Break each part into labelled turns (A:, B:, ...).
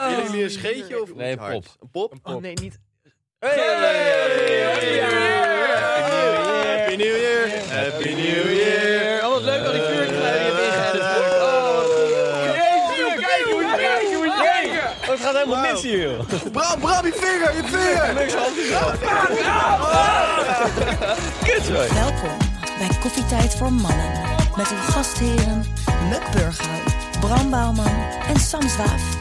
A: jullie een scheetje of
B: Nee, een
A: hard?
B: pop.
A: Oh. Een pop?
C: Oh nee, niet.
B: Hey!
A: Happy New Year! Happy New Year! Happy New Year!
C: Oh, wat leuk dat die vuurgeluiden je hebt ingezet.
B: Oh, Kijk hoe je kijkt, hoe je kijkt! Oh, Het gaat helemaal mis hier, joh.
A: Bram, Bram, je vinger, je vinger!
D: Welkom bij Koffietijd voor Mannen. Met uw gastheren Muk Burghuis, Bram Bouwman en Sam Zwaaf.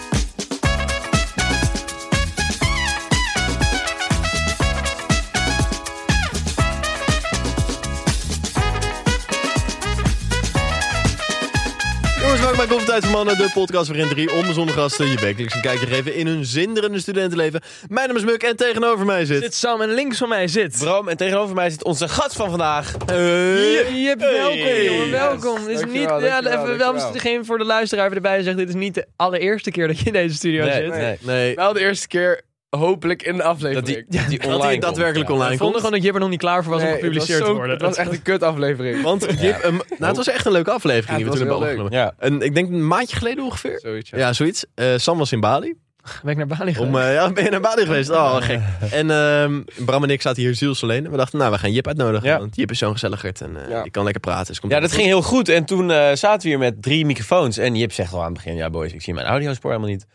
A: Jongens, welkom bij Koffietijd voor Mannen, de podcast waarin drie onbezonnen gasten je wekelijks een kijkje geven in hun zinderende studentenleven. Mijn naam is Muk en tegenover mij zit...
C: Dit Sam en links van mij zit.
B: Bram, en tegenover mij zit onze gast van vandaag.
A: Hey.
C: Jep, welkom
B: Hey.
C: jongen, welkom. Dit is
E: Dankjewel,
C: niet, ja,
E: dankjewel,
C: even wel
E: dankjewel.
C: degene voor de luisteraar even erbij zegt, dit is niet de allereerste keer dat je in deze studio zit.
B: nee.
A: Nee,
E: Wel de eerste keer, hopelijk in de
B: Dat
E: aflevering.
B: die, dat die
A: dat
B: online
A: hij
B: komt,
A: daadwerkelijk
B: ja.
A: online
C: Ik vond
A: komt.
C: gewoon dat Jip er nog niet klaar voor was
E: Nee,
C: om gepubliceerd
E: het was zo-
C: te worden.
E: Het was echt een kut aflevering.
A: Want Jip, ehm, nou, het was echt een leuke aflevering
E: Ja,
A: die we
E: het
A: toen
E: was
A: hebben
E: heel
A: opgenomen.
B: Ja.
A: En ik denk een maandje geleden ongeveer.
E: Zoiets. Ja.
A: Ja, zoiets. Eh, Sam was in Bali.
C: Ben ik naar Bali gegaan?
A: Om, eh, ja, ben je naar Bali geweest? Oh, gek. En ehm, Bram en ik zaten hier ziels alleen. En we dachten, nou, we gaan Jip uitnodigen.
B: Ja.
A: Want Jip is zo'n gezelligerd en eh,
E: Ja.
A: die kan lekker praten. Dus komt
B: Ja, dat ging heel goed. En toen eh, zaten we hier met drie microfoons. En Jip zegt al aan het begin: Ja, boys, ik zie mijn audiospoor helemaal niet.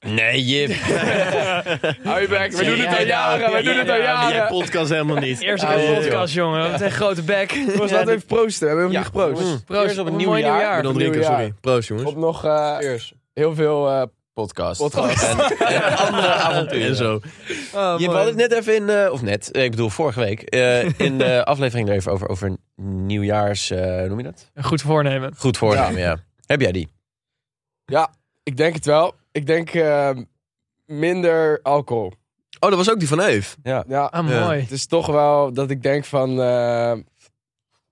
B: Nee, Jip.
E: Hou je bek, we doen het
B: Ja,
E: al
B: ja,
E: jaren, we doen het al
A: Ja, jij
E: jaren.
A: podcast helemaal niet.
C: Eerste
A: Ah,
C: keer
A: joh.
C: podcast, jongen. Wat een grote bek.
E: Jongens,
C: Ja,
E: laten we even proosten, we
B: Ja,
E: hebben hem niet geproost.
B: jongens.
C: proost
B: Eerst op een
C: een
B: nieuw
C: mooi
B: jaar.
A: Ik ben aan het drinken,
E: Nieuw jaar.
A: sorry. Proost, jongens.
E: Op nog eh, heel veel... eh,
B: Podcast.
E: Podcast.
B: En, en andere
A: En
B: avonturen.
A: zo.
C: Oh,
B: Je
C: mooi.
B: had het net even in, eh, of net, eh, ik bedoel vorige week, eh, in de aflevering er even over, over nieuwjaars, eh, hoe noem je dat?
C: Een Goed voornemen.
B: Goed voornemen, ja. Heb jij die?
E: ik denk het wel. Ik denk eh, minder alcohol.
A: Oh, dat was ook die van Eve.
E: Ja,
C: Ah,
A: Ja.
C: mooi.
E: het is toch wel dat ik denk van... eh,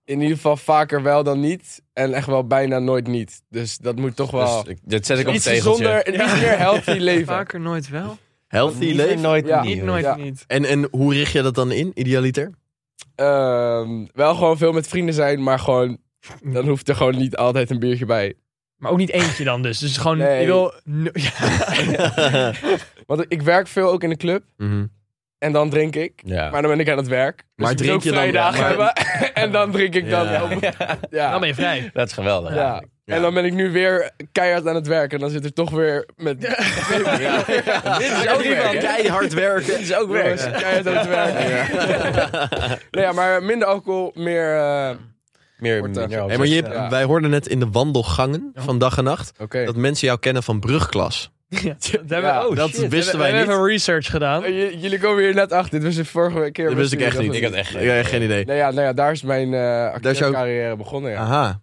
E: in ieder geval vaker wel dan niet. En echt wel bijna nooit niet. Dus dat moet toch wel...
B: Dus
A: eh,
B: ik- dat zet ik op het
E: iets
B: tegeltje.
E: gezonder, een iets meer healthy leven.
C: Vaker nooit wel.
A: Healthy
B: Liever
A: leven.
B: nooit
E: Ja.
B: niet.
C: Niet nooit
E: Ja.
C: niet.
A: En, en hoe richt je dat dan in, idealiter?
E: Ehm, wel gewoon veel met vrienden zijn, maar gewoon. Dan hoeft er gewoon niet altijd een biertje bij.
C: Maar ook niet eentje dan dus. Dus gewoon,
E: Nee.
C: je wil... no- ja.
E: Want ik werk veel ook in de club.
A: Mhm.
E: En dan drink ik.
B: Ja.
E: Maar dan ben ik aan het werk. Dus
A: Maar
E: ik moet
A: drink
E: ook
A: je dan-
E: vrije dagen
A: ja, maar-
E: hebben. en dan drink ik dan.
A: Ja.
E: Ja. Ja.
C: Dan ben je vrij.
B: Dat is geweldig.
E: Ja.
A: Ja.
E: En dan ben ik nu weer keihard aan het werk. En dan zit er toch weer met.
B: Dit is
E: ook werk, hè?
A: Keihard werken.
B: is ook
E: Jongens,
B: werk.
E: keihard aan het werk. Nee, ja, maar minder alcohol, meer. eh,
B: Meer,
E: Wordt, eh,
B: minder
A: Hey, maar Jip,
E: Ja.
A: wij hoorden net in de wandelgangen van dag en nacht...
E: Oké.
A: dat mensen jou kennen van brugklas.
C: Ja, dat hebben we-
E: Ja,
C: oh,
A: dat
C: shit. We hebben-
A: wisten wij
C: We hebben
A: niet.
C: even research gedaan.
E: Eh, j- jullie komen hier net achter. Dit was de vorige keer.
A: Dat wist ik echt
E: Dat
A: niet.
E: was-
B: Ik had echt-
A: Ja, geen idee.
E: Nou ja, nou ja, daar is mijn eh
A: Daar is jouw-
E: carrière begonnen. Ja.
A: Aha.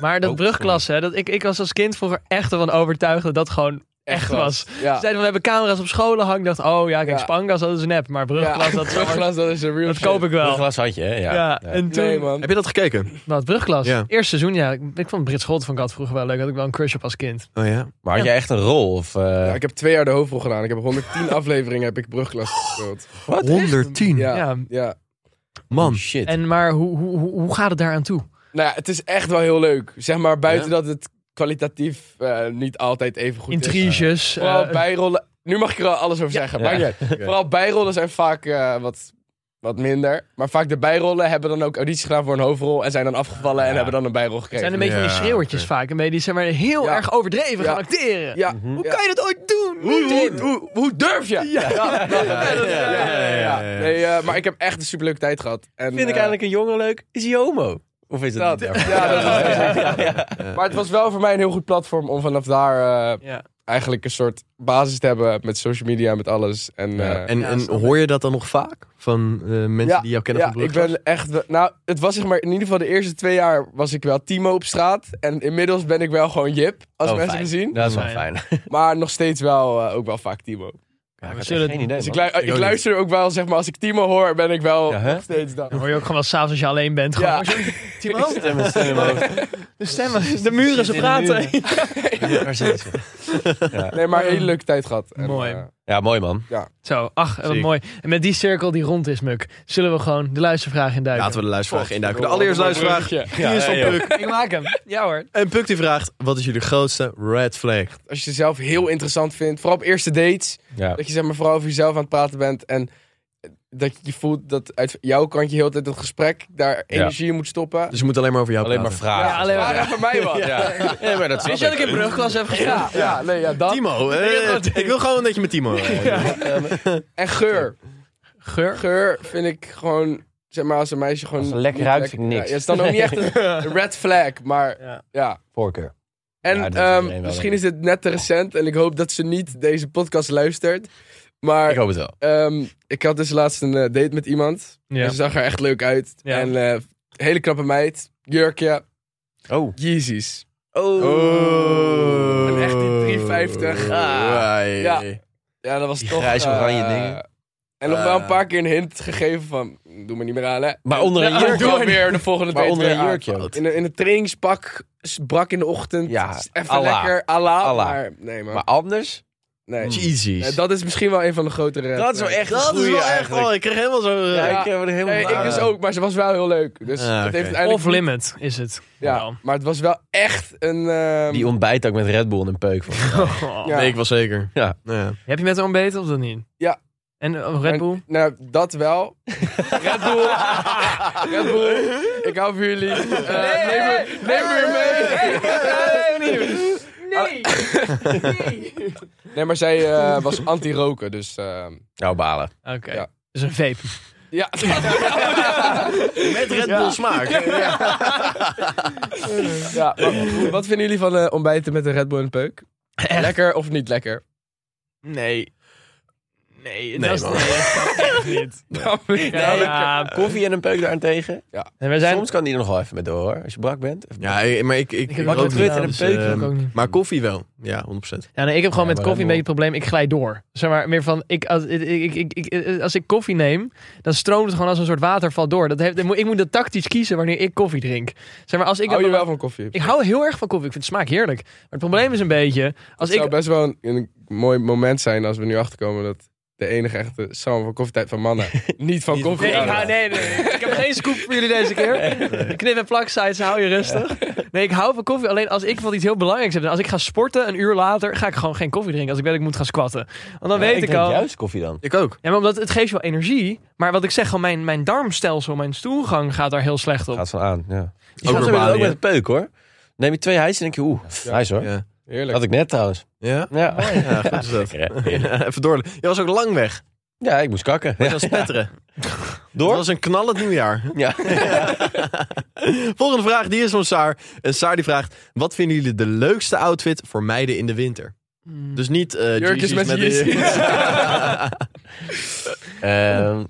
C: Maar dat
A: Oh,
C: brugklasse, hè, dat ik, ik was als kind vroeger echt ervan overtuigd dat dat gewoon echt was. Ze
E: Ja.
C: zeiden van, we hebben camera's op scholen hangen. Ik dacht, oh ja, kijk,
E: Ja.
C: Spangas, dat is nep. Maar brugklas, dat,
E: Brugklas, dat is een real
C: dat koop ik
B: Een
C: wel.
B: glas had je, hè? Ja.
C: Ja, en toen...
E: Nee, man.
A: Heb je dat gekeken?
C: Wat, brugklas?
A: Ja.
C: Eerste seizoen, ja. Ik, ik vond Brits Scholt van Kat vroeger wel leuk. Had ik wel een crush op als kind.
A: Oh ja.
B: Maar had jij echt een rol? Of, eh,
E: Ja, ik heb twee jaar de hoofdrol gedaan. Ik heb 110 afleveringen heb ik brugklas gespeeld.
A: 110.
E: Ja.
C: Ja.
E: Ja.
A: Man.
B: Shit.
C: En maar hoe, hoe, hoe, hoe gaat het daaraan toe?
E: Nou ja, het is echt wel heel leuk. Zeg maar, buiten
A: Ja?
E: dat het kwalitatief eh, niet altijd even goed is.
C: Intriges.
E: Vooral
C: eh,
E: bijrollen... Nu mag ik er al alles over zeggen,
B: Ja.
E: maar niet uit. Vooral bijrollen zijn vaak eh, wat, wat minder. Maar vaak de bijrollen hebben dan ook audities gedaan voor een hoofdrol... en zijn dan afgevallen en
B: Ja.
E: hebben dan een bijrol
C: het
E: gekregen.
C: zijn een beetje van die
A: Ja,
C: schreeuwertjes
A: oké.
C: vaak. Een beetje die zeg maar heel
E: Ja.
C: erg overdreven
E: Ja.
C: gaan acteren.
E: Ja.
B: Mhm.
C: Hoe
E: Ja.
C: kan je dat ooit doen?
E: Hoe, hoe, hoe, hoe durf je? Ja. Ja.
A: ja, ja, ja, ja.
E: Nee, eh, maar ik heb echt een superleuke tijd gehad. En,
B: Vind ik
E: eh,
B: eigenlijk een jongen leuk? Is hij homo? Of is het
E: Dat.
B: niet?
E: Ja, dat is Maar het was wel voor mij een heel goed platform om vanaf daar eh,
C: Ja.
E: eigenlijk een soort basis te hebben met social media, met alles. En, eh,
A: En,
C: Ja,
A: en
C: snap
A: hoor je dat dan nog vaak? Van eh, mensen
E: ja,
A: die jou kennen
E: ja,
A: van
E: ik
A: brugklas?
E: ben echt. wel- Nou, het was zeg maar in ieder geval de eerste twee jaar was ik wel Timo op straat. En inmiddels ben ik wel gewoon Jip, als
B: Oh,
E: mensen
B: fijn.
E: me zien.
B: Dat is wel
C: Ja.
B: fijn.
E: Maar nog steeds wel eh, ook wel vaak Timo.
B: Ja, ik had
C: zullen-
B: echt geen idee,
E: Dus ik,
B: man.
E: lu- ik
A: ook
E: luister ook wel, zeg maar, als ik Timo hoor, ben ik wel
B: Ja, hè?
E: nog steeds dat.
C: Dan hoor je ook gewoon wel s'avonds als je alleen bent. Gewoon
E: Ja.
C: zo'n-
B: Ik zit in mijn stem in mijn hoofd.
C: de stemmen, de muren, ze
B: Zit in de
C: praten.
B: muren. Ja, waar zitten ze?
E: Nee, maar een hele leuke tijd gehad. En,
C: Mooi.
E: eh,
B: Ja, mooi man.
C: Zo, ach, wat
A: Ziek.
C: mooi. En met die cirkel die rond is, Muk, zullen we gewoon de luistervraag induiken.
A: Laten we de luistervraag induiken. De
E: wat een
A: allereerste luistervraag.
E: bruggetje.
A: Die is van
B: Ja, ja, joh.
A: Puk.
C: Ik maak hem. Ja hoor.
A: En Puk die vraagt, wat is jullie grootste red flag?
E: Als je jezelf heel interessant vindt, vooral op eerste dates,
B: Ja.
E: dat je zeg maar vooral over jezelf aan het praten bent en dat je voelt dat uit jouw kant je heel de tijd het gesprek daar energie in moet stoppen.
A: Dus je moet alleen maar over jou
B: Alleen maar
A: praten.
B: vragen.
C: Ja, alleen maar-
E: Waar voor mij wat. Ja,
B: Ja. Nee, maar dat snap
C: Weet je dat ik in brugklas heb gestaan?
E: ja, nee, ja, dat.
A: Timo, eh,
C: dat-
A: ik wil gewoon dat je met Timo... Ja.
E: En geur.
C: Geur?
E: Geur vind ik gewoon, zeg maar, als een meisje gewoon.
B: Als ze lekker
E: niet
B: ruikt, vind ik
E: ja,
B: niks.
E: ja, het is dan ook niet echt een red flag, maar
C: Ja.
E: ja.
B: Voorkeur.
E: En
B: Ja, dat is
E: ehm,
B: iedereen wel,
E: misschien
B: denk
E: is dit net te recent en ik hoop dat ze niet deze podcast luistert. Maar
B: Ik hoop het wel.
E: Ehm, ik had dus laatst een eh, date met iemand.
C: Ja.
E: En ze zag er echt leuk uit.
C: Ja.
E: En eh, hele knappe meid. Jurkje.
B: Oh.
E: Yeezys.
A: Oh.
E: En echt die 3,50.
B: Oh.
A: Ah.
E: Ja. Ja, dat was
B: Die
E: toch...
B: grijs-oranje
E: eh,
B: dingen.
E: En nog wel
B: Eh.
E: een paar keer een hint gegeven van... Doe me niet meer aan, hè.
B: Maar onder een
E: Ja,
B: jurkje.
E: doe maar weer de volgende
B: Maar
E: date
B: onder
E: weer
B: een
E: aan.
B: jurkje ook.
E: In een, in een trainingspak. s- Brak in de ochtend.
B: Ja,
E: s- Even
B: Allah.
E: lekker. Allah.
B: Allah.
E: Maar nee, man.
B: Maar anders?
E: nee.
A: Jezus.
E: Eh, dat is misschien wel een van de grotere... red
B: Dat is wel
E: flags.
B: echt een
A: Dat is
B: goeie
A: wel echt...
B: eigenlijk.
A: Oh, ik kreeg helemaal zo... eh,
B: Ja,
E: Ja.
B: ik heb er helemaal...
E: Nee, ik dus ook, maar ze was wel heel leuk. Dus
A: Ah,
E: dat
A: oké.
E: heeft uiteindelijk
C: Of
E: niet-
C: limit is het.
E: Ja,
C: Nou.
E: maar het was wel echt een... ehm,
B: Die ontbijt ook met Red Bull en een peuk. Van.
C: Oh.
E: ja.
A: Nee, ik was zeker.
B: Ja.
A: Ja.
C: Heb je met haar ontbeten of dat niet?
E: Ja.
C: En eh, Red Bull?
E: Nou, dat wel. Red Bull. Red Bull. Ik hou van jullie. Eh, neem, me, neem me mee. Ah.
C: Nee!
E: Nee, maar zij eh, was anti-roken, dus... ehm,
B: Nou, balen.
C: Oké.
E: Ja.
C: Dus een vape.
E: ja.
A: Met Red Bull smaak.
E: ja maar wat vinden jullie van eh, ontbijten met een Red Bull en een peuk? Lekker of niet lekker?
C: Nee. Nee,
A: Nee,
C: dat is
A: man.
C: nee, dat kan niet.
E: Nee.
C: Nee, ja.
B: Koffie en een peuk daarentegen.
C: En we zijn...
B: Soms kan die er nog wel even met door, hoor. Als je brak bent. Of-
A: Ja, ik- maar ik... Ik,
C: Ik heb
A: rook
C: ook
A: niet,
C: een en
B: een
A: dus,
B: peuk
A: ehm,
C: ook niet.
A: Maar koffie wel. Ja, 100%.
C: Ja, nee, ik heb gewoon
B: Ja,
C: met
B: maar
C: koffie een beetje
B: Red
C: het probleem. Ik glij door. Zeg maar meer van, ik, als, ik, ik, ik, ik- als ik koffie neem, dan stroomt het gewoon als een soort waterval door. Dat heeft, ik moet- ik moet dat tactisch kiezen wanneer ik koffie drink. Zeg maar, als ik,
E: Hou je
C: dat-
E: wel van koffie?
C: ik hou heel erg van koffie. Ik vind de smaak heerlijk. Maar het probleem is een beetje, als
E: Het
C: ik...
E: zou best wel een, een mooi moment zijn als we nu achterkomen dat de enige echte samen van koffietijd van mannen niet van koffie
C: Nee, ik,
E: houdt.
C: hou- nee, nee, nee. Ik heb geen scoop voor jullie deze keer. Knip en plak sites, hou je rustig. Nee, ik hou van koffie. Alleen als ik wat iets heel belangrijks heb. Als ik ga sporten, een uur later, ga ik gewoon geen koffie drinken. Als ik weet dat ik moet gaan squatten. Want dan
B: Ja,
C: weet ik,
B: drink
C: al...
B: juist koffie dan.
A: Ik ook.
C: Ja, maar omdat het geeft je wel energie. Maar wat ik zeg, gewoon mijn, mijn darmstelsel, mijn stoelgang gaat daar heel slecht op.
B: Gaat van aan, ja. Ik
A: Ook
B: ook,
A: door
B: ook
A: Bali,
B: met
A: hè?
B: een peuk, hoor. Neem je twee hijs en denk je, oeh, hijs hoor.
A: Ja.
E: Heerlijk.
B: Had ik net trouwens.
A: Ja?
B: Ja,
A: Ja, goed is dat.
B: ja.
A: Ja, even door. Je was ook lang weg.
B: ik moest kakken.
A: Je was aan het spetteren.
B: Door?
A: Het was een knallend nieuwjaar.
B: Ja.
A: Volgende vraag, die is van Saar. En Saar die vraagt, wat vinden jullie de leukste outfit voor meiden in de winter? Dus niet eh
E: Jurkjes
A: Yeezys
E: met Yeezys.
B: Ehm,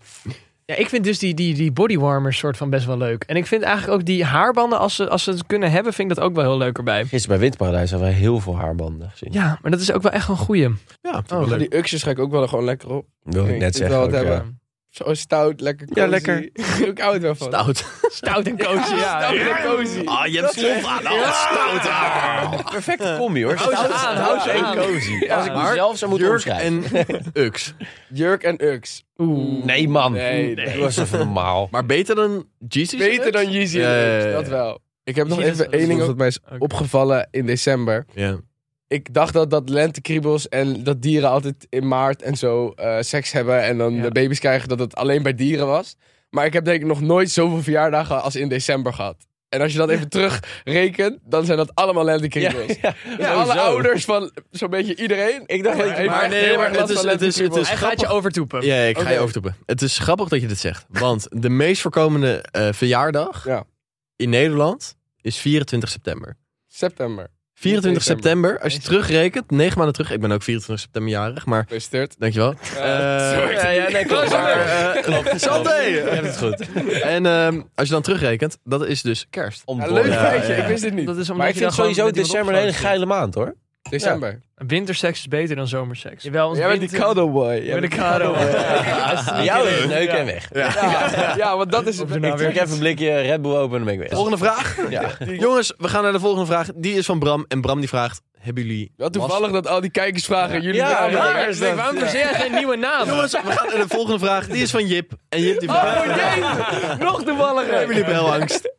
C: Ja, ik vind dus die, die, die bodywarmers soort van best wel leuk. En ik vind eigenlijk ook die haarbanden, als ze, als ze het kunnen hebben, vind ik dat ook wel heel leuk erbij.
B: gisteren bij Windparadijs hadden wij heel veel haarbanden gezien.
C: Ja, maar dat is ook wel echt een goeie.
A: Ja,
B: Oh,
A: vind ik wel
E: Maar
A: leuk.
E: Oh, die uxjes ga ik ook wel gewoon lekker op.
B: Wil ik
E: Ik
B: net
E: wil
B: zeggen.
E: het
B: ook, ja.
E: hebben. Zo stout, lekker cozy.
B: Ja, lekker.
E: ik hou het wel van.
A: Stout.
C: Stout en cozy, ja.
E: Stout en cozy.
A: Ah, je hebt slof aan. Oh, stout. Ah.
B: Perfecte combi hoor.
C: Hou ze
B: Stout,
C: aan,
B: stout
C: hou ze
B: en
C: aan.
B: cozy. Als ik
A: Maar
B: mezelf zou moeten
A: Jurk
B: omschrijven.
A: en ux.
E: Jurk en ux. Oeh.
B: Nee man,
E: Nee,
B: dat was even normaal.
A: Maar beter dan Yeezys?
E: Beter dan Yeezy en
A: Ja, ja, ja,
E: Ux,
A: ja.
E: dat wel. Ik heb nog
C: Yeezy is-
E: even
C: dat is
E: één ding
C: goed.
E: wat mij is
C: Oké.
E: opgevallen in december.
A: Ja.
E: Ik dacht dat, dat lentekriebels en dat dieren altijd in maart en zo eh, seks hebben en dan
C: Ja.
E: de baby's krijgen, dat het alleen bij dieren was. Maar ik heb denk ik nog nooit zoveel verjaardagen als in december gehad. En als je dat even terugrekent, dan zijn dat allemaal lentekriebels. Dus alle
B: Sowieso.
E: ouders van zo'n beetje iedereen. Ik dacht
B: dat je-
E: maar,
A: Maar nee,
E: heel
A: maar
E: erg last
A: het is,
E: van
A: het is, het is
C: Hij gaat je overtoepen.
A: Ja, ik ga je
E: Oké.
A: overtoepen. Het is grappig dat je dit zegt. Want de meest voorkomende eh, verjaardag
E: Ja.
A: in Nederland is 24 september.
E: September.
A: 24
E: September.
A: september, als je terugrekent, 9 maanden terug. Ik ben ook 24 september jarig, maar
E: Gefeliciteerd.
A: dankjewel. Eh,
E: sorry.
A: ja, ja, nee, klopt. Maar, eh, Santé!
B: Je hebt het goed.
A: En ehm, als je dan terugrekent, dat is dus kerst.
E: Ja, leuk
B: Ontworpen.
E: feitje,
A: ja, ja.
E: ik wist dit niet.
C: Dat is omdat
E: maar ik
C: je
E: vind
B: Sowieso
C: Gewoon met iemand
B: december een hele
C: opgesloten
B: geile maand hoor.
E: December.
C: Winterseks is beter dan zomerseks. Jawel, ons
E: Jij bent die cuddle boy. Jij
C: Ik ben
E: bent-
C: de kado.
B: Bij jou is het neuken en weg.
E: Ja, ja, want dat is...
C: Of
E: Ik
C: er nou
B: Ik
C: weer-
B: drink even een blikje Red Bull open en dan ben ik weg.
A: Volgende vraag. Ja. Jongens, we gaan naar de volgende vraag. Die is van Bram. En Bram die vraagt, hebben jullie
E: Wel toevallig dat al die kijkers vragen jullie
B: Ja,
E: namen.
B: raar
E: Waar
B: is
E: dat?
B: dat.
C: Waarom verzin jij geen nieuwe naam?
A: Jongens, we gaan naar de volgende vraag. Die is van Jip. En Jip
E: Oh,
A: die vraagt...
C: Oh, Nog
A: Hebben
C: toevalliger.
A: Oh, jullie belangst?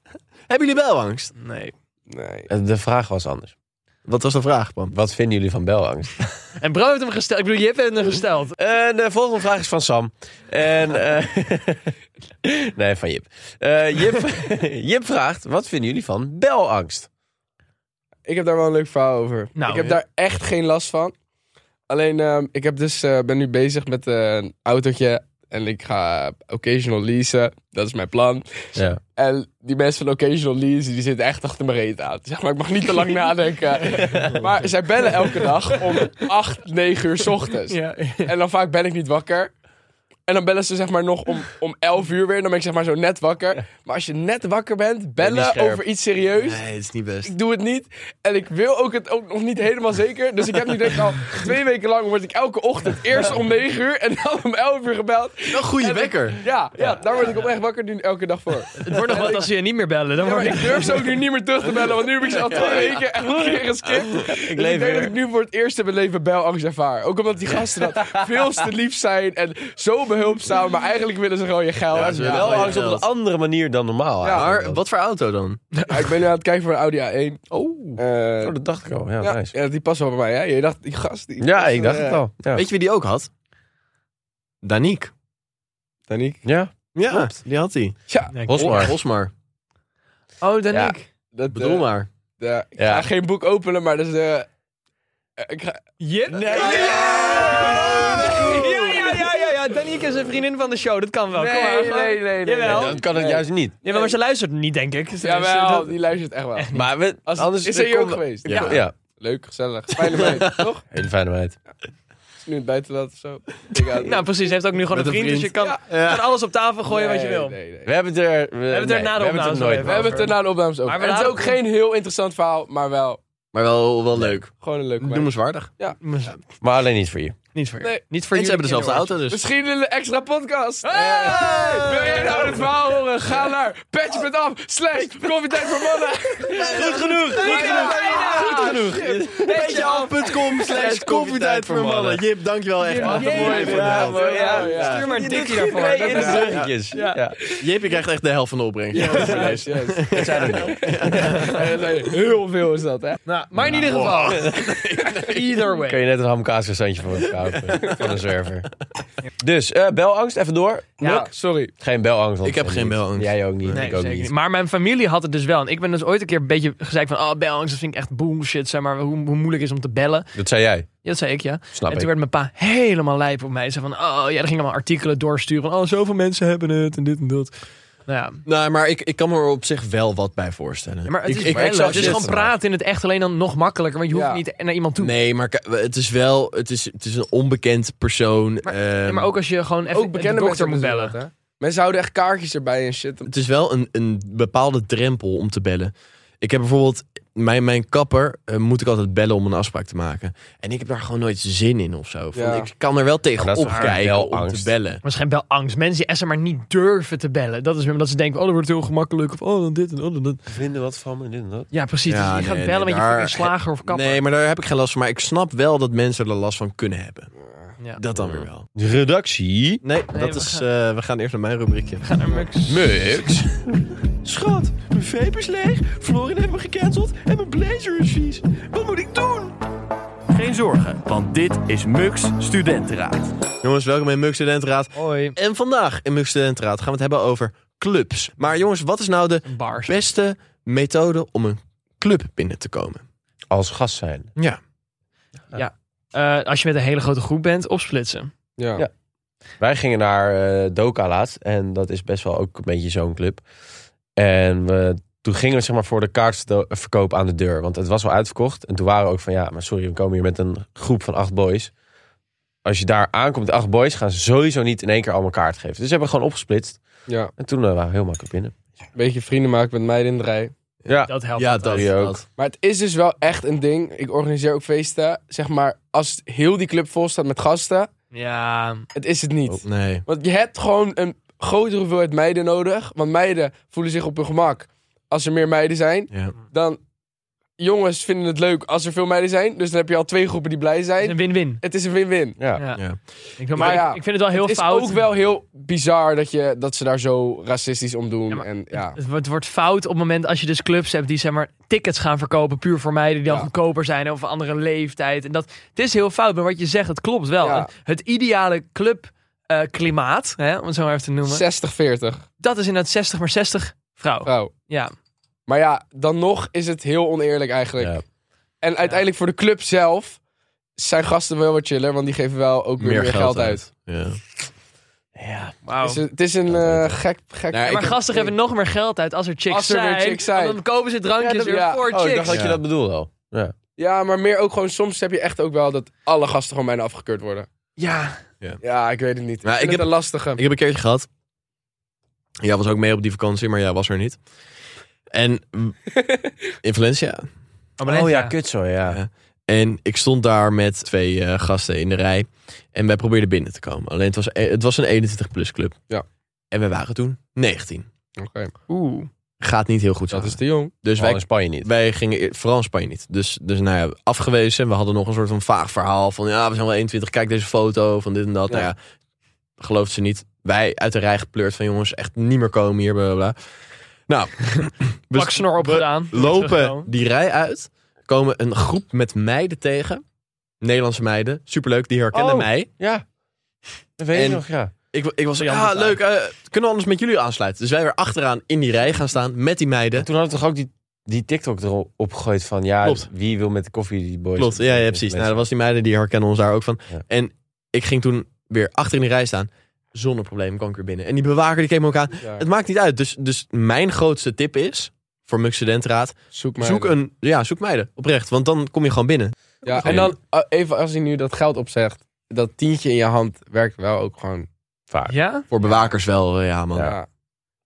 A: Hebben jullie belangst?
C: Nee.
E: Nee.
B: Eh, De vraag was anders.
A: Wat was de vraag, Bram?
B: Wat vinden jullie van belangst?
C: En Bram heeft hem gesteld. Ik bedoel, je hebt hem gesteld.
B: Eh, de volgende vraag is van Sam. En, eh, nee, van Jip. Eh, Jip. Jip vraagt, wat vinden jullie van belangst?
E: Ik heb daar wel een leuk verhaal over.
C: Nou,
E: ik heb
C: ja.
E: daar echt geen last van. Alleen, ehm, ik heb dus, eh, ben nu bezig met eh, een autootje. En ik ga occasional leasen. Dat is mijn plan.
B: Ja.
E: En die mensen van Occasional Lease, die zitten echt achter mijn reet aan. Zeg maar, ik mag niet te lang nadenken. Maar zij bellen elke dag om 8, 9 uur 's ochtends.
C: Ja.
E: En dan vaak ben ik niet wakker. En dan bellen ze zeg maar nog om, om 11 uur weer. Dan ben ik zeg maar zo net wakker. Maar als je net wakker bent,
B: niet
E: bellen
B: scherp.
E: over iets serieus.
A: Nee, het is niet best.
E: Ik doe het niet. En ik wil ook het ook nog niet helemaal zeker. Dus ik heb nu denk ik al twee weken lang word ik elke ochtend eerst om 9 uur en dan om 11 uur gebeld.
A: Een goede wekker.
E: Ja, ja, daar word ik oprecht wakker nu elke dag voor.
C: Het wordt nog wat als ze je niet meer bellen. Dan
E: Ja, maar
C: wordt
E: ik durf ze ook nu niet meer terug te bellen, want nu heb ik ze al twee weken echt een keer geskipt. Dus Ik,
B: leef
E: denk dat
B: weer.
E: ik nu voor het eerst in mijn leven belangst ervaar. Ook omdat die gasten dat veel te lief zijn en zo behulpzaam, maar eigenlijk willen ze gewoon je geld.
A: Ja,
E: Ja,
A: ze willen wel
B: Belangst op een andere manier dan normaal.
E: Ja.
A: Maar wat voor auto dan?
E: ik ben nu aan het kijken voor een Audi A1.
B: Oh,
E: Eh,
B: oh, dat dacht ik al. Ja,
E: ja,
B: nice.
E: ja, die past wel bij mij. Hè? Je dacht, die gast. Die Eh,
B: ja ik dacht het al. Ja.
A: Weet je wie die ook had? Daniek.
E: Daniek.
B: Ja,
A: Ja, die had hij.
E: Ja,
C: Nee,
B: Hosmar.
A: Osmar.
C: Oh, dan
B: Ja.
C: ik.
E: dat,
A: Bedoel
E: eh,
A: maar.
E: ja, ik
B: Ja.
E: ga geen boek openen, maar dat is... eh, eh, ik ga,
C: Jip. Nee. Ja, ja, ja, ja, ja, ja. Daniek is een vriendin van de show. Dat kan wel. Kom maar, gewoon. Jawel.
B: dan kan het juist niet.
C: Jawel, maar ze luistert niet, denk ik. Dus dat is-
E: jawel,
C: dat-
E: eh, die luistert echt wel.
B: Maar we,
E: Als,
B: anders
E: is hij hier
B: kom-
E: ook geweest?
B: Ja. ja,
E: Leuk, gezellig. Fijne meid, toch?
B: hele fijne meid.
E: nu in het buitenland of zo. Ik uit.
C: Nou, precies. Ze heeft ook nu gewoon een
A: Met een
C: vriend, dus je
A: vriend.
C: kan,
A: Ja.
C: kan alles op tafel gooien wat je
E: Nee,
C: wil.
E: nee, nee.
B: We hebben het er... We,
C: het er
B: nee,
C: na de
B: we hebben
C: opnames
B: het er
C: wel
B: nooit
C: even
E: We hebben het er
C: over.
E: na de opnames over.
C: Maar we
E: En het is ook
C: laten-
E: geen heel interessant verhaal, maar wel
A: Maar wel, wel leuk.
E: gewoon een leuke meid.
A: Noemenswaardig.
C: Maar-
B: Maar alleen niet voor je.
C: Niet voor je.
E: Nee.
C: Niet voor
A: En ze
C: jullie
A: hebben dezelfde
C: indoors.
A: auto dus.
E: Misschien een extra podcast.
C: Ah!
E: Hey! Wil jij nou het verhaal horen? Ga naar patch.af slash koffietijd voor mannen.
A: Goed genoeg. Goed
E: nou
A: genoeg. Goed genoeg. Petjeaf.com slash koffietijd voor mannen. Jip, dankjewel echt. Wat een mooie voor de
E: Ja,
A: helft.
E: mooi, ja, ja.
C: Stuur maar een tikkie daarvoor.
B: Nee,
C: Dat
B: in de
C: is-
B: bruggetjes. Ja.
A: Jip, je krijgt echt de helft van de opbrengst.
E: Yes, yes.
B: Dat zijn er ook.
E: Eh, nee, Heel veel is dat, hè?
C: Nou, maar in ieder geval. Either way.
B: Kun je net een hamkaasgestandje voor elkaar houden van een server. Dus, eh, belangst, even door.
C: Ja.
E: Muk, sorry.
B: Geen belangst. want
A: Ik heb
B: eh,
A: geen
B: niet.
A: belangst.
B: Jij ook niet,
C: Nee,
B: ik ook
C: zeker
B: niet.
C: niet. Maar mijn familie had het dus wel. En ik ben dus ooit een keer een beetje gezegd van... Oh, belangst, dat vind ik echt bullshit. Zeg maar, hoe, hoe moeilijk is om te bellen.
B: Dat zei jij,
C: Ja, dat zei ik, ja.
B: snap
C: en
B: ik.
C: toen werd mijn pa helemaal lijp op mij. Hij zei van, oh ja, dan ging allemaal artikelen doorsturen. Van, oh, zoveel mensen hebben het en dit en dat. Nou ja,
A: Nou, maar ik, ik kan me er op zich wel wat bij voorstellen.
C: maar het is,
A: ik, ik,
C: wel
A: ik
C: leuk.
A: zag
C: Het is
A: shit.
C: gewoon praten in het echt alleen dan nog makkelijker. Want je hoeft
E: Ja.
C: niet naar iemand toe.
A: Nee, maar k- het is wel... Het is, het is een onbekend persoon.
C: Maar-
A: ehm,
C: Ja, maar ook als je gewoon even
E: Ook bekende
C: de dokter
E: mensen
C: moet
E: doen
C: bellen.
E: dat, hè? Mensen houden echt kaartjes erbij en shit.
A: het is wel een, een bepaalde drempel om te bellen. Ik heb bijvoorbeeld... Mijn, mijn kapper eh, moet ik altijd bellen om een afspraak te maken. En ik heb daar gewoon nooit zin in of zo. Van,
E: Ja.
A: Ik kan er wel
B: Maar
A: tegen
B: dat is
A: opkijken
B: wel
A: om te
B: angst.
A: bellen.
C: Waarschijnlijk wel angst. Mensen die maar niet durven te bellen. Dat is weer omdat ze denken, oh, dat wordt heel gemakkelijk. Of oh, dan dit en oh, dan dat.
B: Vinden wat van me, dit en dat.
C: Ja, precies.
A: Ja,
C: dus je gaat
A: nee,
C: bellen
A: nee,
C: met je fucking
A: daar-
C: slager of kapper.
A: Nee, maar daar heb ik geen last van. Maar ik snap wel dat mensen er last van kunnen hebben.
C: Ja.
A: Dat dan weer wel.
B: Redactie. Oh,
A: Nee, dat
C: we
A: is...
C: gaan-
A: eh, we gaan eerst naar mijn rubriekje.
B: Mux.
A: Schat, mijn vape is leeg, Florin heeft me gecanceld en mijn blazer is vies. Wat moet ik doen?
F: Geen zorgen, want dit is Mux Studentenraad.
A: Jongens, welkom in Mux Studentenraad.
C: Hoi.
A: En vandaag in Mux Studentenraad gaan we het hebben over clubs. Maar jongens, wat is nou de
C: Bars.
A: beste methode om een club binnen te komen?
B: Als gast zijn.
A: Ja.
C: Eh, als je met een hele grote groep bent, opsplitsen.
E: Ja.
B: Ja. Wij gingen naar eh, Doka laatst. En dat is best wel ook een beetje zo'n club. En we, toen gingen we zeg maar voor de kaartverkoop aan de deur. Want het was al uitverkocht. En toen waren we ook van ja, maar sorry, we komen hier met een groep van acht boys. Als je daar aankomt, met acht boys, gaan ze sowieso niet in één keer allemaal kaart geven. Dus ze hebben we gewoon opgesplitst.
E: ja.
B: En toen eh, waren we heel makkelijk binnen.
E: Beetje vrienden maken met meiden in de rij.
B: Ja.
C: Dat helpt
A: Ja,
C: altijd.
A: dat,
B: Die ook.
A: dat.
E: Maar het is dus wel echt een ding. Ik organiseer ook feesten. Zeg maar, als heel die club vol staat met gasten,
C: Ja,
E: het is het niet.
C: Oh.
B: Oh.
A: Nee.
E: Want je hebt gewoon een grotere hoeveelheid meiden nodig. Want meiden voelen zich op hun gemak als er meer meiden zijn.
A: Ja.
E: Dan jongens vinden het leuk als er veel meiden zijn. Dus dan heb je al twee groepen die blij
C: het is
E: zijn.
C: een win-win.
E: Het is een win-win.
B: Ja.
C: Ja.
A: Ja.
C: Ik, vind-
E: Maar
C: maar ik-
E: ja,
C: ik vind het wel heel
E: het is
C: fout.
E: ook wel heel bizar dat, je, dat ze daar zo racistisch om doen.
C: Ja, maar-
E: en, ja.
C: Het wordt, wordt fout op het moment als je dus clubs hebt die zeg maar tickets gaan verkopen puur voor meiden die dan
E: Ja.
C: goedkoper zijn of een andere leeftijd. En dat, het is heel fout, maar wat je zegt, het klopt wel.
E: Ja.
C: En Het ideale clubklimaat, hè, om het zo maar even te noemen,
E: 60-40,
C: dat is inderdaad 60 maar 60 vrouw.
E: vrouw.
C: Ja,
E: Maar ja, dan nog is het heel oneerlijk eigenlijk.
B: Ja.
E: En uiteindelijk voor de club zelf zijn gasten wel wat chiller, want die geven wel ook weer meer, geld, uit.
A: Ja.
B: Ja.
C: wauw.
E: Dus het is een eh, gek, gek.
A: Nou, ik
C: maar gasten geven nog meer geld uit als er chicks
E: Als er weer
C: zijn.
E: chicks zijn.
C: want Dan kopen ze drankjes
E: Ja, dat-
C: weer
E: ja.
C: voor
B: Oh, ik dacht
C: chicks.
B: dat je
A: Ja.
B: dat bedoelde al. Ja.
E: Ja, maar meer ook gewoon soms heb je echt ook wel dat alle gasten gewoon bijna afgekeurd worden.
C: Ja,
E: Ja, ik weet het niet.
A: Nou,
E: ik vind
A: ik heb-
E: het een lastige.
A: Ik heb een keertje gehad. Jij was ook mee op die vakantie, maar jij was er niet. En mm, in Valencia.
B: Oh ja, kut zo, ja.
A: En ik stond daar met twee eh, gasten in de rij. En wij probeerden binnen te komen. Alleen het was, eh, het was een 21-plus club.
E: Ja.
A: En we waren toen 19.
E: Oké.
C: Oeh.
A: Gaat niet heel
E: Dat
A: goed. samen.
E: is te jong.
A: Dus
B: Terwijl
A: wij
B: in Spanje niet.
A: Wij gingen eer- vooral in Spanje niet. Dus, dus nou ja, afgewezen. We hadden nog een soort van vaag verhaal van... ja, we zijn wel 21, kijk deze foto van dit en dat.
E: Ja.
A: Nou ja, gelooft ze niet. Wij uit de rij gepleurd van jongens, echt niet meer komen hier, bla bla, bla. Nou, we
C: Pak snor opgedaan.
A: lopen
C: Teruggekomen.
A: die rij uit. Komen een groep met meiden tegen. Nederlandse meiden, superleuk, die herkennen
B: Oh.
A: mij.
B: Ja. Dat weet ik
A: En-
B: nog, ja.
A: Ik, wa- ik was
C: Jan
A: ja,
C: moet
A: leuk, eh, kunnen we anders met jullie aansluiten? Dus wij weer achteraan in die rij gaan staan met die meiden.
B: Toen hadden we toch ook die, die TikTok erop gegooid van... Ja,
A: Klopt.
B: wie wil met de koffie die boys...
A: Klopt, ja, ja precies. Nou, dat was die meiden, die herkennen ons daar ook van.
B: Ja.
A: En ik ging toen weer achter in de rij staan. Zonder probleem kwam ik weer binnen. En die bewaker die keek me ook aan.
E: Ja.
A: Het maakt niet uit. Dus, dus mijn grootste tip is, voor mijn studentenraad,
E: Zoek maar.
A: zoek, een, ja, zoek meiden. Oprecht, want dan kom je gewoon binnen.
E: Ja, en dan eh, even als hij nu dat geld opzegt, dat tientje in je hand werkt wel ook gewoon.
B: Vaak.
C: Ja?
A: Voor bewakers wel, eh, ja man.
E: Ja.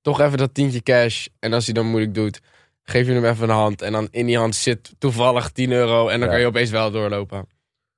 E: Toch even dat tientje cash. En als hij dan moeilijk doet, geef je hem even een hand. En dan in die hand zit toevallig 10 euro. En dan
B: Ja.
E: kan je opeens wel doorlopen.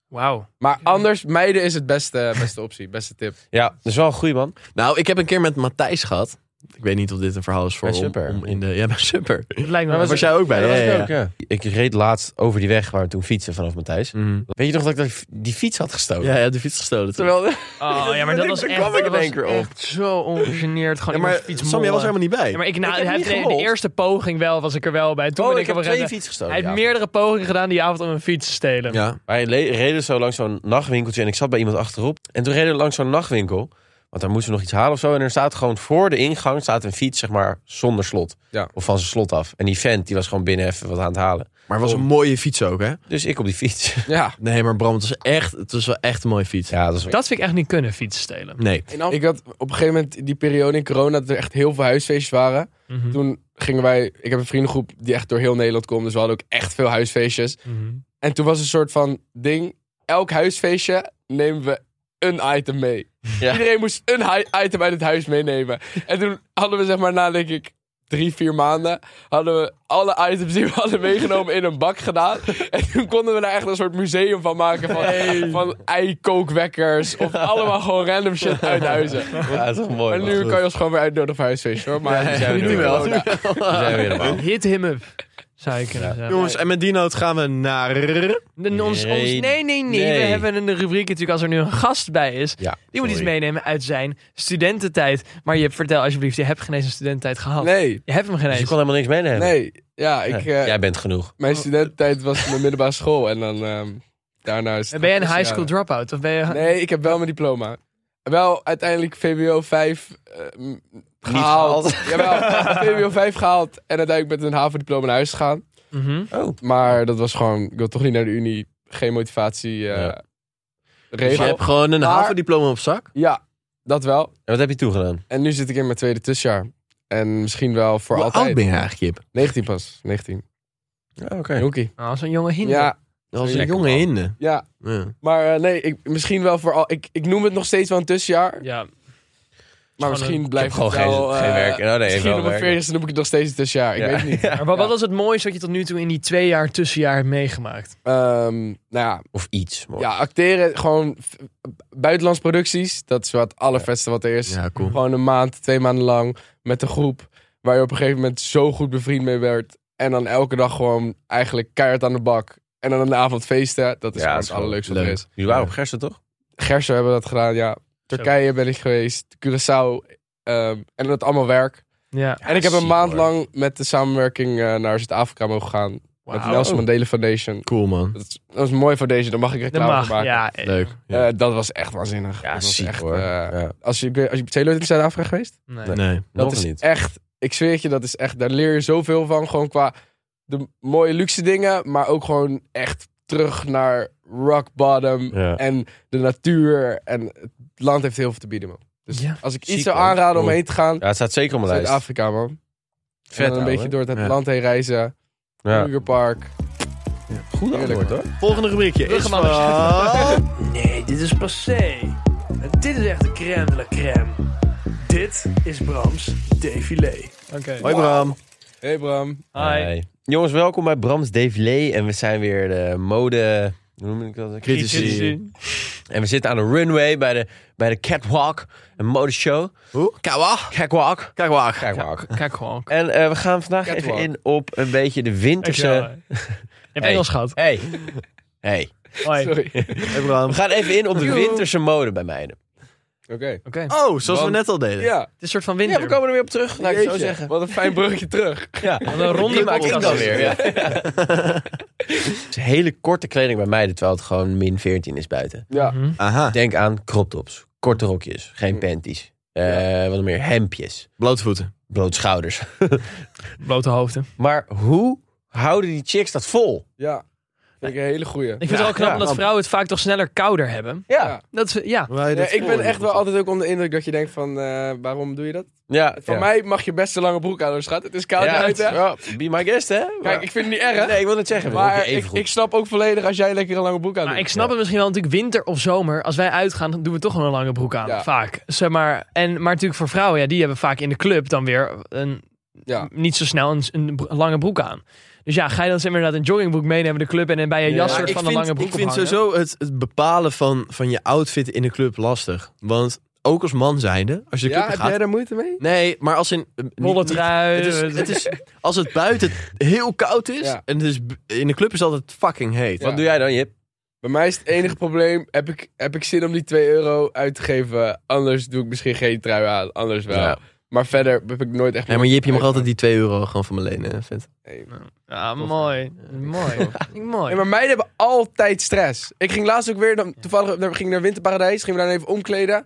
C: Wauw.
E: Maar anders, meiden is het beste, beste optie, beste tip.
B: Ja, dat is wel een goeie man.
A: Nou, ik heb een keer met Matthijs gehad. Ik weet niet of dit een verhaal is voor
B: Bij
A: om-
B: Supper.
A: Om, in de, ja, bij Super.
C: Het lijkt me wel.
A: was jij ook bij?
B: Ja, dat was
A: ja,
B: ik
A: ja.
B: ook, ja. Ik reed laatst over die weg waar we toen fietsen vanaf Matthijs.
A: Mhm.
B: Weet je nog dat ik dat- die fiets had gestolen?
A: Ja, je hebt de fiets gestolen. toen.
E: Terwijl,
C: Oh ja, maar dat was
B: Daar
C: echt,
B: kwam ik
C: dat
B: in
C: was
B: één keer op.
C: echt zo ongegeneerd. Gewoon
A: Ja, maar
C: iemand fiets
A: Sam, jij was
C: mollen.
A: er helemaal niet bij.
C: Ja, maar ik, na,
B: Ik heb
C: hij
B: niet
C: heeft de- de,
B: gerold.
C: eerste poging wel was ik er wel bij. Toen
B: Oh,
C: ben
B: ik heb
C: ik, op een
B: twee
C: rende-
B: fietsen gestolen.
C: Hij heeft
B: ja.
C: meerdere pogingen gedaan die avond om een fiets te stelen.
A: Ja.
B: Wij le- reden zo langs zo'n nachtwinkeltje en ik zat bij iemand achterop. En toen reden we langs zo'n nachtwinkel. Want daar moesten we nog iets halen of zo. En er staat gewoon voor de ingang staat een fiets, zeg maar, zonder slot.
E: Ja.
B: Of van zijn slot af. En die vent, die was gewoon binnen even wat aan het halen.
A: Maar het was een mooie fiets ook, hè?
B: Dus ik op die fiets.
E: ja.
A: Nee, maar Bram, het was echt, het was wel echt een mooie fiets.
B: Ja, dat is
C: Dat vind ik echt niet kunnen, fietsen stelen.
A: Nee.
E: Ik had op een gegeven moment die periode in corona dat er echt heel veel huisfeestjes waren.
C: Mhm.
E: Toen gingen wij, ik heb een vriendengroep die echt door heel Nederland komt, dus we hadden ook echt veel huisfeestjes.
C: Mhm.
E: En toen was een soort van ding, elk huisfeestje nemen we een item mee.
B: Ja.
E: Iedereen moest een hi- item uit het huis meenemen. En toen hadden we zeg maar na denk ik drie, vier maanden, hadden we alle items die we hadden meegenomen in een bak gedaan. En toen konden we daar echt een soort museum van maken van, van eikookwekkers of allemaal gewoon random shit uit huizen.
B: Ja, dat is toch mooi.
E: Maar
B: man.
E: nu kan je ons gewoon weer uitnodigen voor huisfeestje hoor. Maar
B: Ja,
E: die zijn we
B: nu
E: door.
B: wel.
E: Ja.
B: Dan zijn we weer normaal.
C: Hit him up, zou je kunnen zeggen.
A: Jongens, en met die noot gaan we naar...
C: Nee, ons, ons, nee,
B: Nee,
C: nee, nee, We
B: nee.
C: hebben een rubriek natuurlijk als er nu een gast bij is.
B: Ja,
C: die moet iets
B: sorry.
C: meenemen uit zijn studententijd. Maar je vertel alsjeblieft, je hebt geen eens een studententijd gehad.
E: Nee,
C: Je hebt hem geen
B: Dus je
C: eens.
B: kon helemaal niks meenemen.
E: nee. Ja, ik,
B: Nee.
E: eh,
B: Jij bent genoeg.
C: Oh.
E: mijn studententijd was mijn middelbare school. En dan ehm, daarna is het
C: Ben jij een
E: tussen
C: high school
E: jaren.
C: dropout? Of ben je...
E: Nee, ik heb wel mijn diploma. Wel uiteindelijk VWO 5 eh, m, gehaald. Jawel, VWO 5 gehaald. En uiteindelijk met een HAVO-diploma naar huis gegaan.
C: Mhm.
B: Oh.
E: Maar dat was gewoon, ik wil toch niet naar de Unie. Geen motivatie. eh,
B: Ja.
A: Dus je
E: regel.
A: hebt gewoon een
E: Maar-
A: HAVO-diploma op zak?
E: Ja, dat wel.
B: En wat heb je toegedaan?
E: En nu zit ik in mijn tweede tussenjaar. En misschien wel voor
A: Hoe
E: altijd.
A: oud ben je eigenlijk, Jip?
E: 19 pas. 19.
B: Oké.
E: Jonkie.
C: Oh, zo'n jonge hinder.
E: Ja,
A: Als een
B: Lekker,
A: jonge
B: man.
A: hinde.
E: ja.
A: Ja.
E: Maar eh, nee, ik, misschien wel voor al. Ik, ik noem het nog steeds wel een tussenjaar.
C: Ja.
E: Maar
C: gewoon
E: misschien blijft
B: gewoon
E: het
B: geen-
E: wel,
B: geen
E: eh,
B: werk. Oh, nee,
E: misschien
B: wel
E: op mijn
B: werk.
E: 40ste noem ik het nog steeds tussenjaar. Ik
B: Ja.
E: weet het niet.
C: Maar wat was het mooiste wat je tot nu toe in die twee jaar tussenjaar hebt meegemaakt?
E: Ehm, nou ja,
B: Of iets. mooi.
E: ja, acteren, gewoon f- buitenlands producties. Dat is wat allervetste wat er is.
A: Ja, cool.
E: Gewoon een maand, twee maanden lang met een groep waar je op een gegeven moment zo goed bevriend mee werd. En dan elke dag gewoon eigenlijk keihard aan de bak. En dan aan de avond feesten. Dat is
B: Ja,
E: gewoon
B: dat is
E: het allerleukste wat
A: leuk.
E: er is.
B: Jullie waren op Gersen, toch?
E: Gerso hebben dat gedaan, ja. Turkije ben ik geweest, Curaçao. ehm, en dat allemaal werk.
C: Ja.
E: en ik heb
B: ziek,
E: een maand
B: hoor.
E: lang met de samenwerking eh, naar Zuid-Afrika mogen gaan. Met de Nelson Mandela Foundation.
A: Cool, man.
E: Dat is, dat is een mooie foundation, daar mag ik
C: Dat
E: reclame
C: mag,
E: voor maken.
C: ja. eh,
A: Leuk.
E: Eh, dat was echt waanzinnig.
B: Ja,
E: dat was
B: ziek
E: echt,
B: hoor.
E: eh,
B: ja.
E: als, je, ik weet- als je Taylor in Zuid-Afrika geweest?
C: nee.
A: Nee.
E: Dat
B: Nog
E: is
B: niet.
E: echt, ik zweer het je, dat is echt, daar leer je zoveel van. Gewoon qua de mooie luxe dingen, maar ook gewoon echt terug naar rock bottom
B: Ja.
E: en de natuur. En het land heeft heel veel te bieden, man. Dus
C: Ja.
E: als ik
B: Ziek,
E: iets zou
B: hoor.
E: aanraden om
B: Cool.
E: heen te gaan,
B: Ja, het staat zeker op mijn lijst.
E: Zuid-Afrika, man.
B: Vet,
E: en dan een beetje door het
A: Ja.
E: land heen reizen,
B: Ja.
E: Krugerpark.
B: Goed
E: Heerlijk,
B: antwoord, hoor.
A: Volgende rubriekje is van...
G: Nee, dit is passé. En dit is echt de crème de la crème. Dit is Brams défilé.
C: Oké.
A: Hoi Bram.
E: Hey Bram.
C: Hi.
B: Hey. Jongens, welkom bij Brams Défilé. En we zijn weer de mode... Hoe noem ik dat?
A: Critici.
B: En we zitten aan de runway bij de, bij de catwalk. Een modeshow.
A: Hoe? Kawa.
B: Catwalk.
A: Kawa.
B: Catwalk.
C: Kijk gewoon.
B: En eh, we gaan vandaag
E: Catwalk.
B: even in op een beetje de winterse...
C: Dankjewel. Je hebt Engels gehad.
B: Hey. Hey.
C: Hoi. Oké.
E: Sorry. Oké.
A: Hoi Bram.
B: We gaan even in op de
C: Joe.
B: winterse mode bij meiden.
A: Oh, zoals we
E: Want-
A: net al deden.
E: Ja,
C: Het is een soort van
B: Ja,
C: winter.
B: we komen er weer op terug, laat ik het zo
E: Jeetje,
B: zeggen.
E: Wat een fijn bruggetje terug.
B: Ja.
C: Wat een ronde maakt
B: Ik dan weer, ja. Het is hele korte kleding bij meiden, terwijl het gewoon min 14 is buiten.
E: Ja.
A: Aha.
B: Denk aan crop tops, korte rokjes, geen panties. Eh, Wat meer, hemdjes,
A: Blote voeten.
B: bloot schouders.
C: Blote hoofden.
B: Maar hoe houden die chicks dat vol?
E: Ja. Vind ik een hele goeie.
C: Ik vind het wel knap
B: ja.
C: dat vrouwen het vaak toch sneller kouder hebben.
E: Ja.
C: Dat is, ja.
E: Ja, ik ben echt wel altijd ook onder de indruk dat je denkt van, eh, waarom doe je dat?
B: Ja,
E: Van
B: ja.
E: mij mag je best een lange broek aan, doen, schat. Het is koud
B: Ja, het-
E: buiten.
B: ja, be my guest, hè?
E: Kijk, ik vind het niet erg.
B: Nee, ik wil het zeggen.
E: maar ik,
B: even
E: ik snap ook volledig als jij lekker een lange broek aan
C: Maar
E: doet.
C: ik snap het misschien wel natuurlijk winter of zomer. Als wij uitgaan, dan doen we toch wel een lange broek aan.
E: Ja.
C: Vaak. Zeg maar, en, maar natuurlijk voor vrouwen, ja, die hebben vaak in de club dan weer een,
E: Ja.
C: niet zo snel een, een bro- lange broek aan. Dus ja, ga je dan zeg maar inderdaad een joggingbroek meenemen de club en dan bij je jas
E: Ja,
C: soort
A: ik
C: van
A: vind,
C: een lange broek
A: Ik vind
C: ophangen?
A: sowieso het, het bepalen van, van je outfit in de club lastig. Want ook als man zijnde, als je de
E: Ja,
A: club
E: heb
A: gaat...
E: jij daar moeite mee?
A: Nee, maar als in... eh, niet-
C: Wollen
A: niet-
C: trui.
A: Het is, het is, als het buiten heel koud is,
E: Ja.
A: en het is, b- in de club is altijd fucking heet.
E: Ja.
B: Wat doe jij dan, Jip?
E: Bij mij is het enige probleem, heb ik, heb ik zin om die 2 euro uit te geven? Anders doe ik misschien geen trui aan, anders wel.
B: Ja.
E: Maar verder heb ik nooit echt...
A: Nee, maar Jip, je mag altijd die 2 euro gewoon van me lenen. hè, Vet.
E: Nee.
C: Ja, Ah, mooi. Mooi. mooi.
E: Nee, maar meiden hebben altijd stress. Ik ging laatst ook weer, dan, toevallig dan ging ik naar Winterparadijs, gingen we daar even omkleden.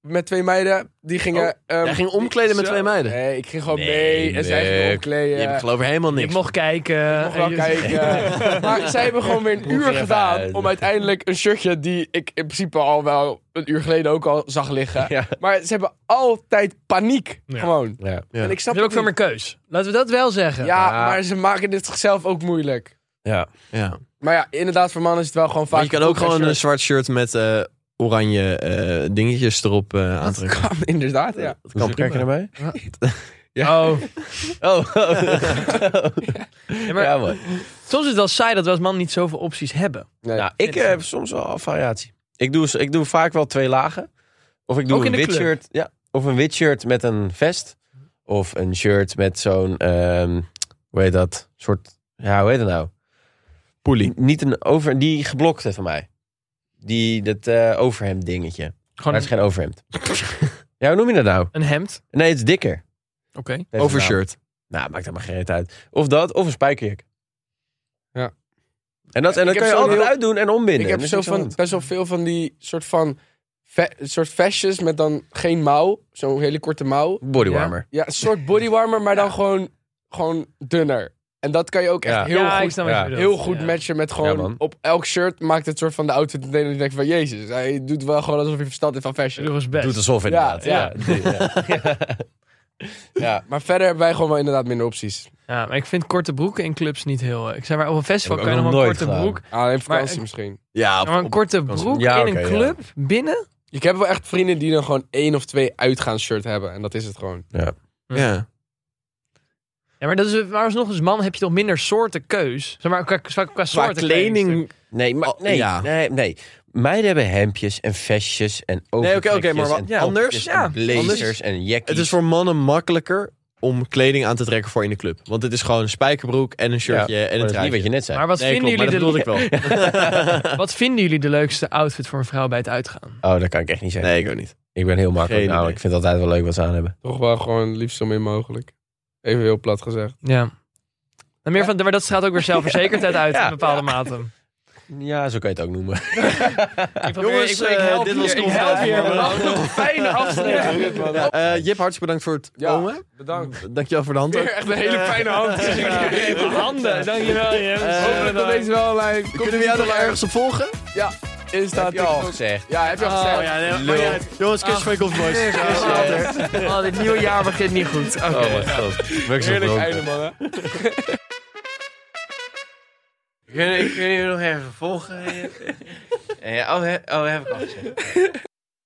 E: Met twee meiden, die gingen... ehm,
A: Oh, Jij ging omkleden met
E: zo-
A: twee meiden.
E: Nee, ik ging gewoon
B: Nee,
E: mee en zij gingen
B: leuk.
E: omkleden.
A: Je hebt geloof ik helemaal
C: ik
A: niks.
C: mocht kijken.
E: Nog wel
C: En je-
E: kijken. maar zij hebben gewoon weer een uur
B: even
E: gedaan
B: uit.
E: om uiteindelijk een shirtje die ik in principe al wel een uur geleden ook al zag liggen.
B: Ja.
E: Maar ze hebben altijd paniek.
C: Ja.
E: Gewoon.
B: Ja.
A: Ja.
E: En ik
C: Je
E: snap
C: hebt ook
E: het
C: veel meer
E: niet.
C: keus. Laten we dat wel zeggen. Oh.
E: Ja,
B: Ja.
E: maar ze maken dit zichzelf ook moeilijk.
B: ja.
A: Ja.
E: Maar ja, inderdaad, voor mannen is het wel gewoon vaak.
A: Maar je kan ook
E: broek en
A: gewoon een
E: shirt.
A: zwart shirt met eh, oranje eh, dingetjes erop eh, aantrekken.
E: Kan, inderdaad, ja.
A: Dat
B: Hoezo kijk je naar mij?
C: Oh.
B: Oh.
C: Ja, maar
B: ja, man.
C: Soms is het wel saai dat we als man niet zoveel opties hebben.
E: Nee.
B: Nou, ik eh, heb soms wel variatie. Ik doe, ik doe vaak wel twee lagen. Of ik doe
C: Ook in
B: een
C: de
B: wit
C: club?
B: shirt. Ja, of een wit shirt met een vest. Of een shirt met zo'n, ehm, hoe heet dat? Soort, ja, hoe heet dat nou?
A: Poelie.
B: Niet een over, die geblokte van mij. Die, dat eh overhemd dingetje. Maar
C: Gewoon
B: het is geen overhemd. ja, hoe noem je dat nou?
C: een hemd.
B: Nee, het is dikker.
C: Oké.
B: Heeft het
A: Overshirt.
B: Nou, nou, maakt helemaal geen reet uit. Of dat, of een spijkerjek.
E: Ja.
B: En dat, en dat
E: Ik heb
B: kan je
E: zo'n
B: altijd
E: heel-
B: uitdoen en ombinden.
E: Ik heb
B: Er is
E: zo
B: niks aan de
E: van,
B: hand.
E: best wel veel van die soort van. ve- soort vestjes met dan geen mouw. Zo'n hele korte mouw.
B: Bodywarmer.
E: Ja, een soort bodywarmer, maar dan gewoon, gewoon dunner. En dat kan je ook echt
B: Ja.
E: heel
C: ja, ik
E: goed,
C: snap wat je
B: ja,
C: bedoelt.
E: heel goed
C: Ja.
E: matchen met
B: Ja,
E: gewoon...
B: man.
E: op elk shirt maakt het soort van de outfit meteen dat je denkt van... Jezus, hij doet wel gewoon alsof hij verstand heeft van
C: Doe
E: fashion.
C: nog eens best.
B: Doet alsof inderdaad.
E: ja.
B: Ja, ja. Ja.
E: Maar verder hebben wij gewoon wel inderdaad minder opties.
C: Ja, maar ik vind korte broeken in clubs niet heel... eh, Ik zei maar, op een festival
B: Heb
C: kan
B: ik
C: je
B: ook
C: nog
B: nog
C: wel een
B: nooit
C: korte
B: gedaan.
C: broek.
E: Alleen Ah, vakantie
C: ik-
E: misschien.
A: Ja,
C: Maar een korte broek
B: Ja,
C: in een
B: oké, ja.
C: club, binnen?
E: Ik heb wel echt vrienden die dan gewoon één of twee uitgaanshirt hebben. En dat is het gewoon.
A: Ja.
C: Ja, maar dat is, eh, maar alsnog als man heb je toch minder soorten keus? Zeg maar, qua, qua, qua
A: Qua
C: soorten
A: kleding...
B: Nee, maar,
A: Oh,
B: nee,
A: ja.
B: nee, nee. Meiden hebben hemdjes en vestjes en
A: oké,
B: overtrekjes
A: oké, maar wat
B: en
A: ja, anders?
B: topjes
A: Ja,
B: en blazers
A: anders.
B: en jackies.
A: Het is voor mannen makkelijker om kleding aan te trekken voor in de club. Want het is gewoon een spijkerbroek en een
B: ja,
A: shirtje en een
B: dat is niet
A: truitje.
B: wat je net zei.
C: Maar wat,
A: Nee,
C: vinden
A: klopt, maar dat
C: jullie
A: bedoelde
C: de,
A: ik wel.
C: wat vinden jullie de leukste outfit voor een vrouw bij het uitgaan?
B: Oh, dat kan ik echt niet zeggen.
A: Nee, ik ook niet.
B: Ik ben heel
A: Geen
B: makkelijk. Nou,
A: idee.
B: ik vind het altijd wel leuk wat ze aan hebben.
E: Toch wel gewoon liefst zo min mogelijk. Even heel plat gezegd.
C: Ja. En meer van, maar dat straalt ook weer zelfverzekerdheid uit in bepaalde mate.
B: Ja, zo kan je het ook noemen.
C: Ik probeer-
A: Jongens,
C: ik, ik help
A: eh, dit was
C: hier, ik help
A: Contact.
C: hier. We hadden nog een fijne aflevering.
A: Eh, Jip, hartstikke bedankt voor het
E: Ja.
A: komen.
E: Bedankt.
A: Dankjewel voor de hand. ook.
E: Echt een hele fijne hand. Eh.
C: Even handen, dankjewel. Jens.
E: Hopelijk dat deze wel lijn.
A: Kunnen we jou nog ergens op volgen?
E: Insta,
B: Heb je al
E: TikTok.
B: gezegd.
E: Ja, heb je
C: Ah,
E: al gezegd.
A: ja, nee, maar ja, Jongens, kus van je kop, boys. Kus.
C: Oh, dit nieuwe jaar begint niet goed. Oké.
B: Oh mijn god. Mux
E: Heerlijk
B: ontbroken.
E: einde, man. hè?
B: Kunnen jullie nog even volgen? oh, heb ik oh, al gezegd.